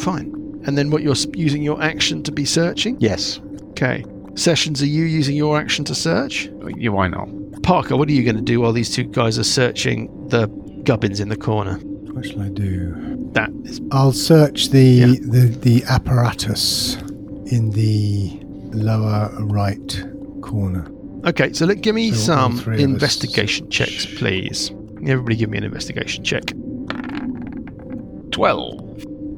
Fine. And then what you're s- using your action to be searching? Yes. Okay. Sessions, are you using your action to search? Yeah, why not? Parker, what are you going to do while these two guys are searching the gubbins in the corner? What shall I do? That is I'll search the, Yeah. the, the apparatus in the lower right corner. okay. So let give me So all some three of us- investigation checks, please. Everybody, give me an investigation check. Twelve.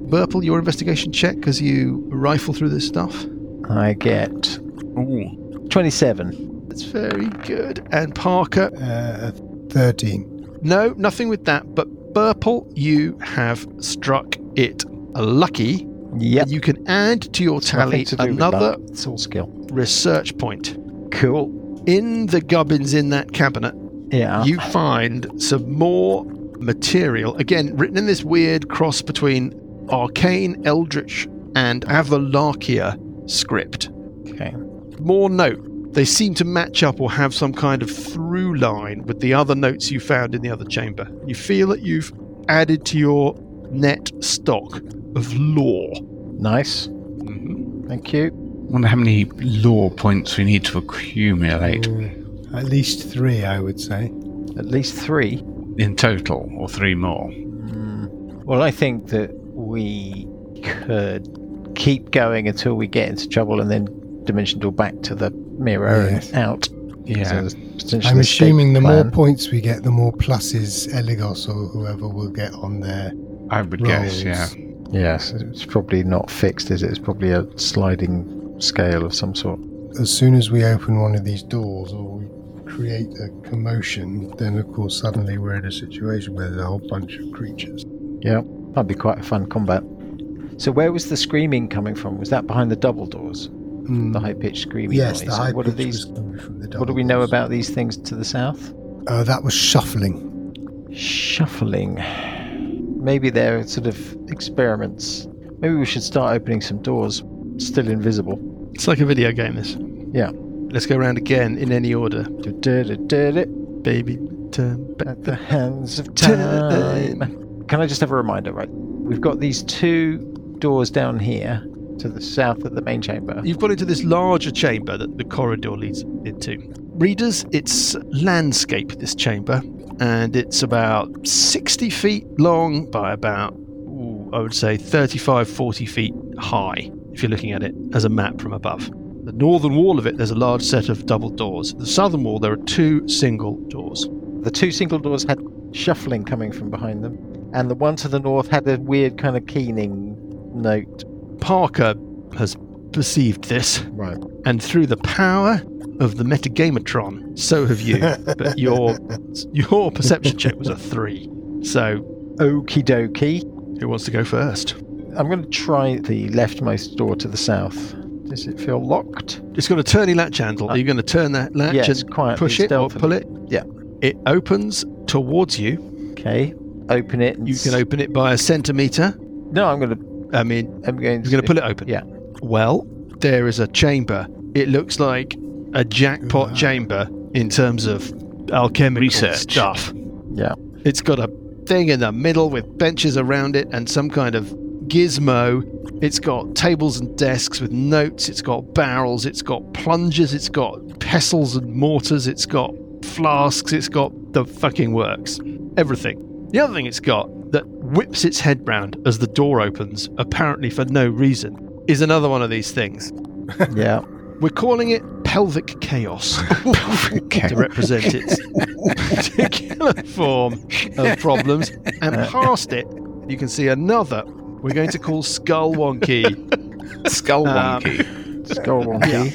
Burple, your investigation check as you rifle through this stuff. I get Ooh. 27. That's very good. And Parker, Uh, 13. no, nothing with that. But Burple, you have struck it lucky. Yep. And you can add to your tally Nothing to do with another luck. It's all skill. research point. Cool. Ah. In the gubbins in that cabinet, Yeah. you find some more material. Again, written in this weird cross between arcane, eldritch, and avalarchia script. Okay. More note. They seem to match up or have some kind of through line with the other notes you found in the other chamber. You feel that you've added to your net stock of lore. Nice. Mm-hmm. Thank you. Wonder how many law points we need to accumulate Mm, At least three, I would say. At least three. in total, or three more. Mm. Well, I think that we could keep going until we get into trouble and then dimension door back to the mirror Yes. and out. So Yeah. there's potentially I'm an escape assuming the more plan. points we get, the more pluses Eligos or whoever will get on their I would rolls. guess. Yeah. Yes, it's probably not fixed, is it? It's probably a sliding scale of some sort. As soon as we open one of these doors or we create a commotion, then of course suddenly we're in a situation where there's a whole bunch of creatures. Yeah, that'd be quite a fun combat. So, where was the screaming coming from? Was that behind the double doors? from the Mm. high pitched screaming Yes, noise. the high what are pitch these? was coming from the What do we know dongles. about these things to the south? Uh, that was shuffling. Shuffling. Maybe they're sort of experiments. Maybe we should start opening some doors. Still invisible. It's like a video game, this. Yeah. Let's go around again in any order. Du-du-du-du-du, Baby, turn back. At the hands of Time. time. Can I just have a reminder, right? We've got these two doors down here to the south of the main chamber. You've got into this larger chamber that the corridor leads into. Readers, it's landscape, this chamber, and it's about 60 feet long by about, ooh, I would say, 35, 40 feet high, if you're looking at it as a map from above. The northern wall of it, there's a large set of double doors. The southern wall, there are two single doors. The two single doors had shuffling coming from behind them, and the one to the north had a weird kind of keening note. Parker has perceived this, Right. and through the power of the Metagamatron, so have <laughs> you. but your your perception check was a three. So Okie dokie. who wants to go first? I'm going to try the leftmost door to the south. Does it feel locked? It's got a turny latch handle. Are you going to turn that latch yes, and quietly, push it or stealthily. pull it? Yeah. It opens towards you. Okay. Open it. And You can open it by a centimeter. open. No, I'm going to. I mean, I'm going. You're going to pull it open. Yeah. Well, there is a chamber. It looks like a jackpot Wow. chamber in terms of alchemical Research. stuff. Yeah. It's got a thing in the middle with benches around it and some kind of gizmo. It's got tables and desks with notes. It's got barrels. It's got plungers. It's got pestles and mortars. It's got flasks. It's got the fucking works. Everything. The other thing it's got that whips its head round as the door opens, apparently for no reason, is another one of these things. Yeah. We're calling it pelvic <laughs> chaos to represent its particular form of problems. And past it, you can see another we're going to call Skull <laughs> Wonky. Skull Um, wonky. Skull wonky.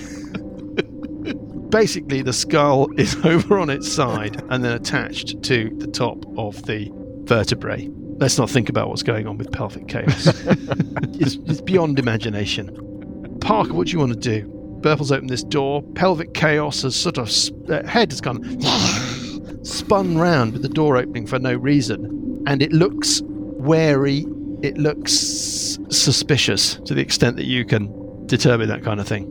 Basically, the skull <laughs> is over on its side and then attached to the top of the vertebrae. Let's not think about what's going on with pelvic chaos. it's, it's beyond imagination. Parker, what do you want to do? Burple's opened this door. Pelvic chaos has sort of sp- uh, head has gone <laughs> spun round with the door opening for no reason, and it looks wary. It looks suspicious to the extent that you can determine that kind of thing.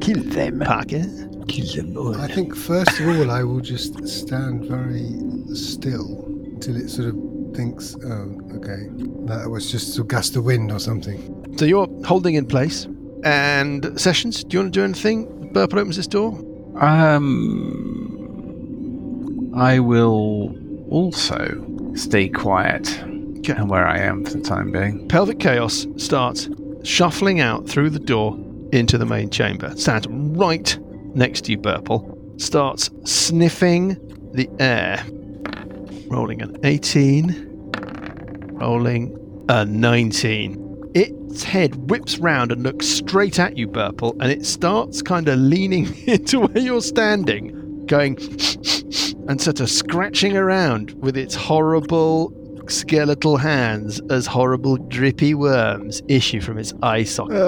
Kill them. Parker, I think first of all, I will just stand very still until it sort of thinks, "Oh, okay, that was just a gust of wind or something." so you're holding in place. And sessions, do you want to do anything? Burple opens this door. Um, I will also stay quiet Okay. and where I am for the time being. Pelvic Chaos starts shuffling out through the door into the main chamber. Stands right next to you, Burple. Starts sniffing the air. Rolling an 18. Rolling a 19. Its head whips round and looks straight at you, Burple, and it starts kind of leaning <laughs> into where you're standing, going <sniffs> and sort of scratching around with its horrible skeletal hands as horrible drippy worms issue from its eye sockets.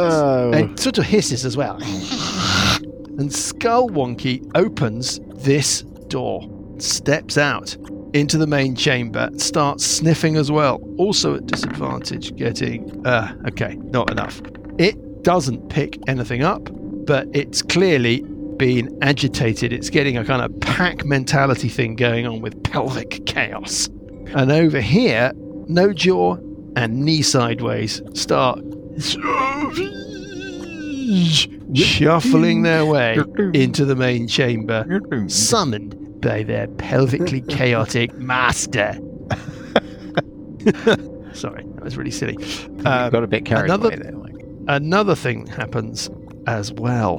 And it sort of hisses as well. and Skull Wonky opens this door, steps out into the main chamber, starts sniffing as well. Also at disadvantage, getting. Uh, okay, not enough. It doesn't pick anything up, but it's clearly been agitated. It's getting a kind of pack mentality thing going on with pelvic chaos. And over here, no jaw and knee sideways start shuffling their way into the main chamber, summoned by their pelvically chaotic master. <laughs> Sorry, that was really silly. Um, Got a bit carried another- away there. Like. another thing happens as well.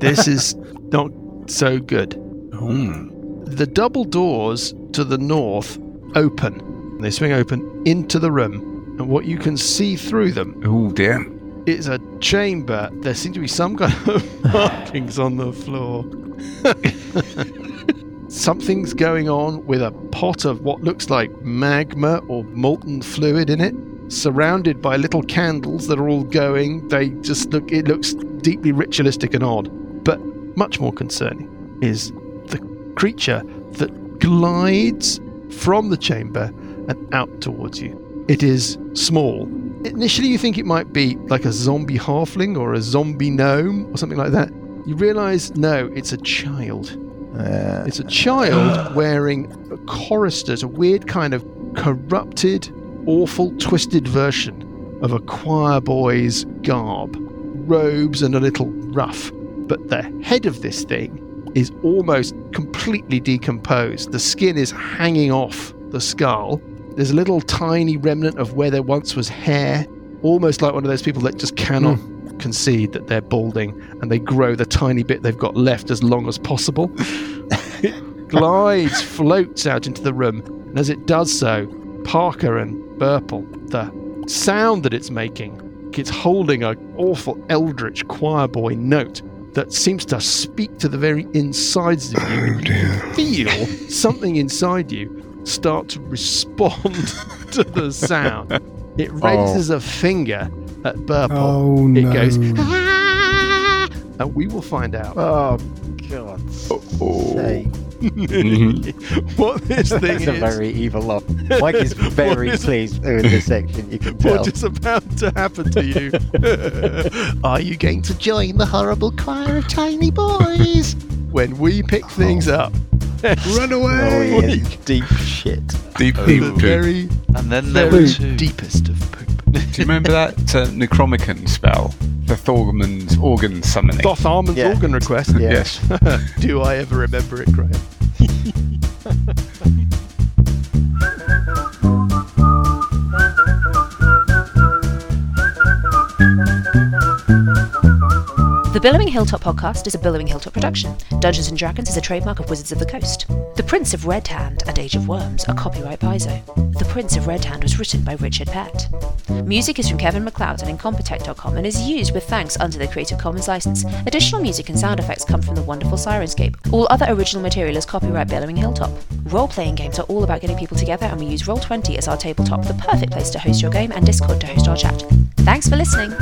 This is not so good. Hmm. The double doors to the north open. They swing open into the room, and what you can see through them Oh dear. is a chamber. There seem to be some kind of <laughs> markings on the floor. <laughs> Something's going on with a pot of what looks like magma or molten fluid in it. surrounded by little candles that are all going. They just look, it looks deeply ritualistic and odd. But much more concerning is the creature that glides from the chamber and out towards you. It is small. Initially, you think it might be like a zombie halfling or a zombie gnome or something like that. You realize, no, it's a child. Uh, It's a child <gasps> wearing a chorister's, a weird kind of corrupted, awful, twisted version of a choir boy's garb. Robes and a little ruff. But the head of this thing is almost completely decomposed. The skin is hanging off the skull. There's a little tiny remnant of where there once was hair, almost like one of those people that just cannot concede that they're balding and they grow the tiny bit they've got left as long as possible glides, floats out into the room, and as it does so, Parker and Burple, the sound that it's making, it's holding an awful eldritch choir boy note that seems to speak to the very insides of you. and you feel something inside you start to respond <laughs> to the sound. It raises a finger at Burple. Oh, it no. goes, "Ah!" and we will find <laughs> out <laughs> oh, God. sake. what this thing It's a is. very evil lot. Mike <laughs> is What very is- pleased with this section, you can tell. What is about to happen to <laughs> you? Are you going to join the horrible choir of tiny boys when we pick things up Oh. <laughs> Run Oh, away! he is deep shit. Deep, at deep the poop. very, And then there were very two. deepest of poop? Do you remember that uh, Necromicon spell? The Thorgman's organ summoning. Doth Armand's Yeah. organ request. Yeah. Yes. <laughs> Do I ever remember it, Graham? The Billowing Hilltop podcast is a Billowing Hilltop production. Dungeons and Dragons is a trademark of Wizards of the Coast. The Prince of Red Hand and Age of Worms are copyright Paizo. The Prince of Red Hand was written by Richard Pett. Music is from Kevin MacLeod and Incompetech.com and is used with thanks under the Creative Commons license. Additional music and sound effects come from the wonderful Sirenscape. All other original material is copyright Billowing Hilltop. Role playing games are all about getting people together, and we use Roll20 as our tabletop, the perfect place to host your game, and Discord to host our chat. Thanks for listening!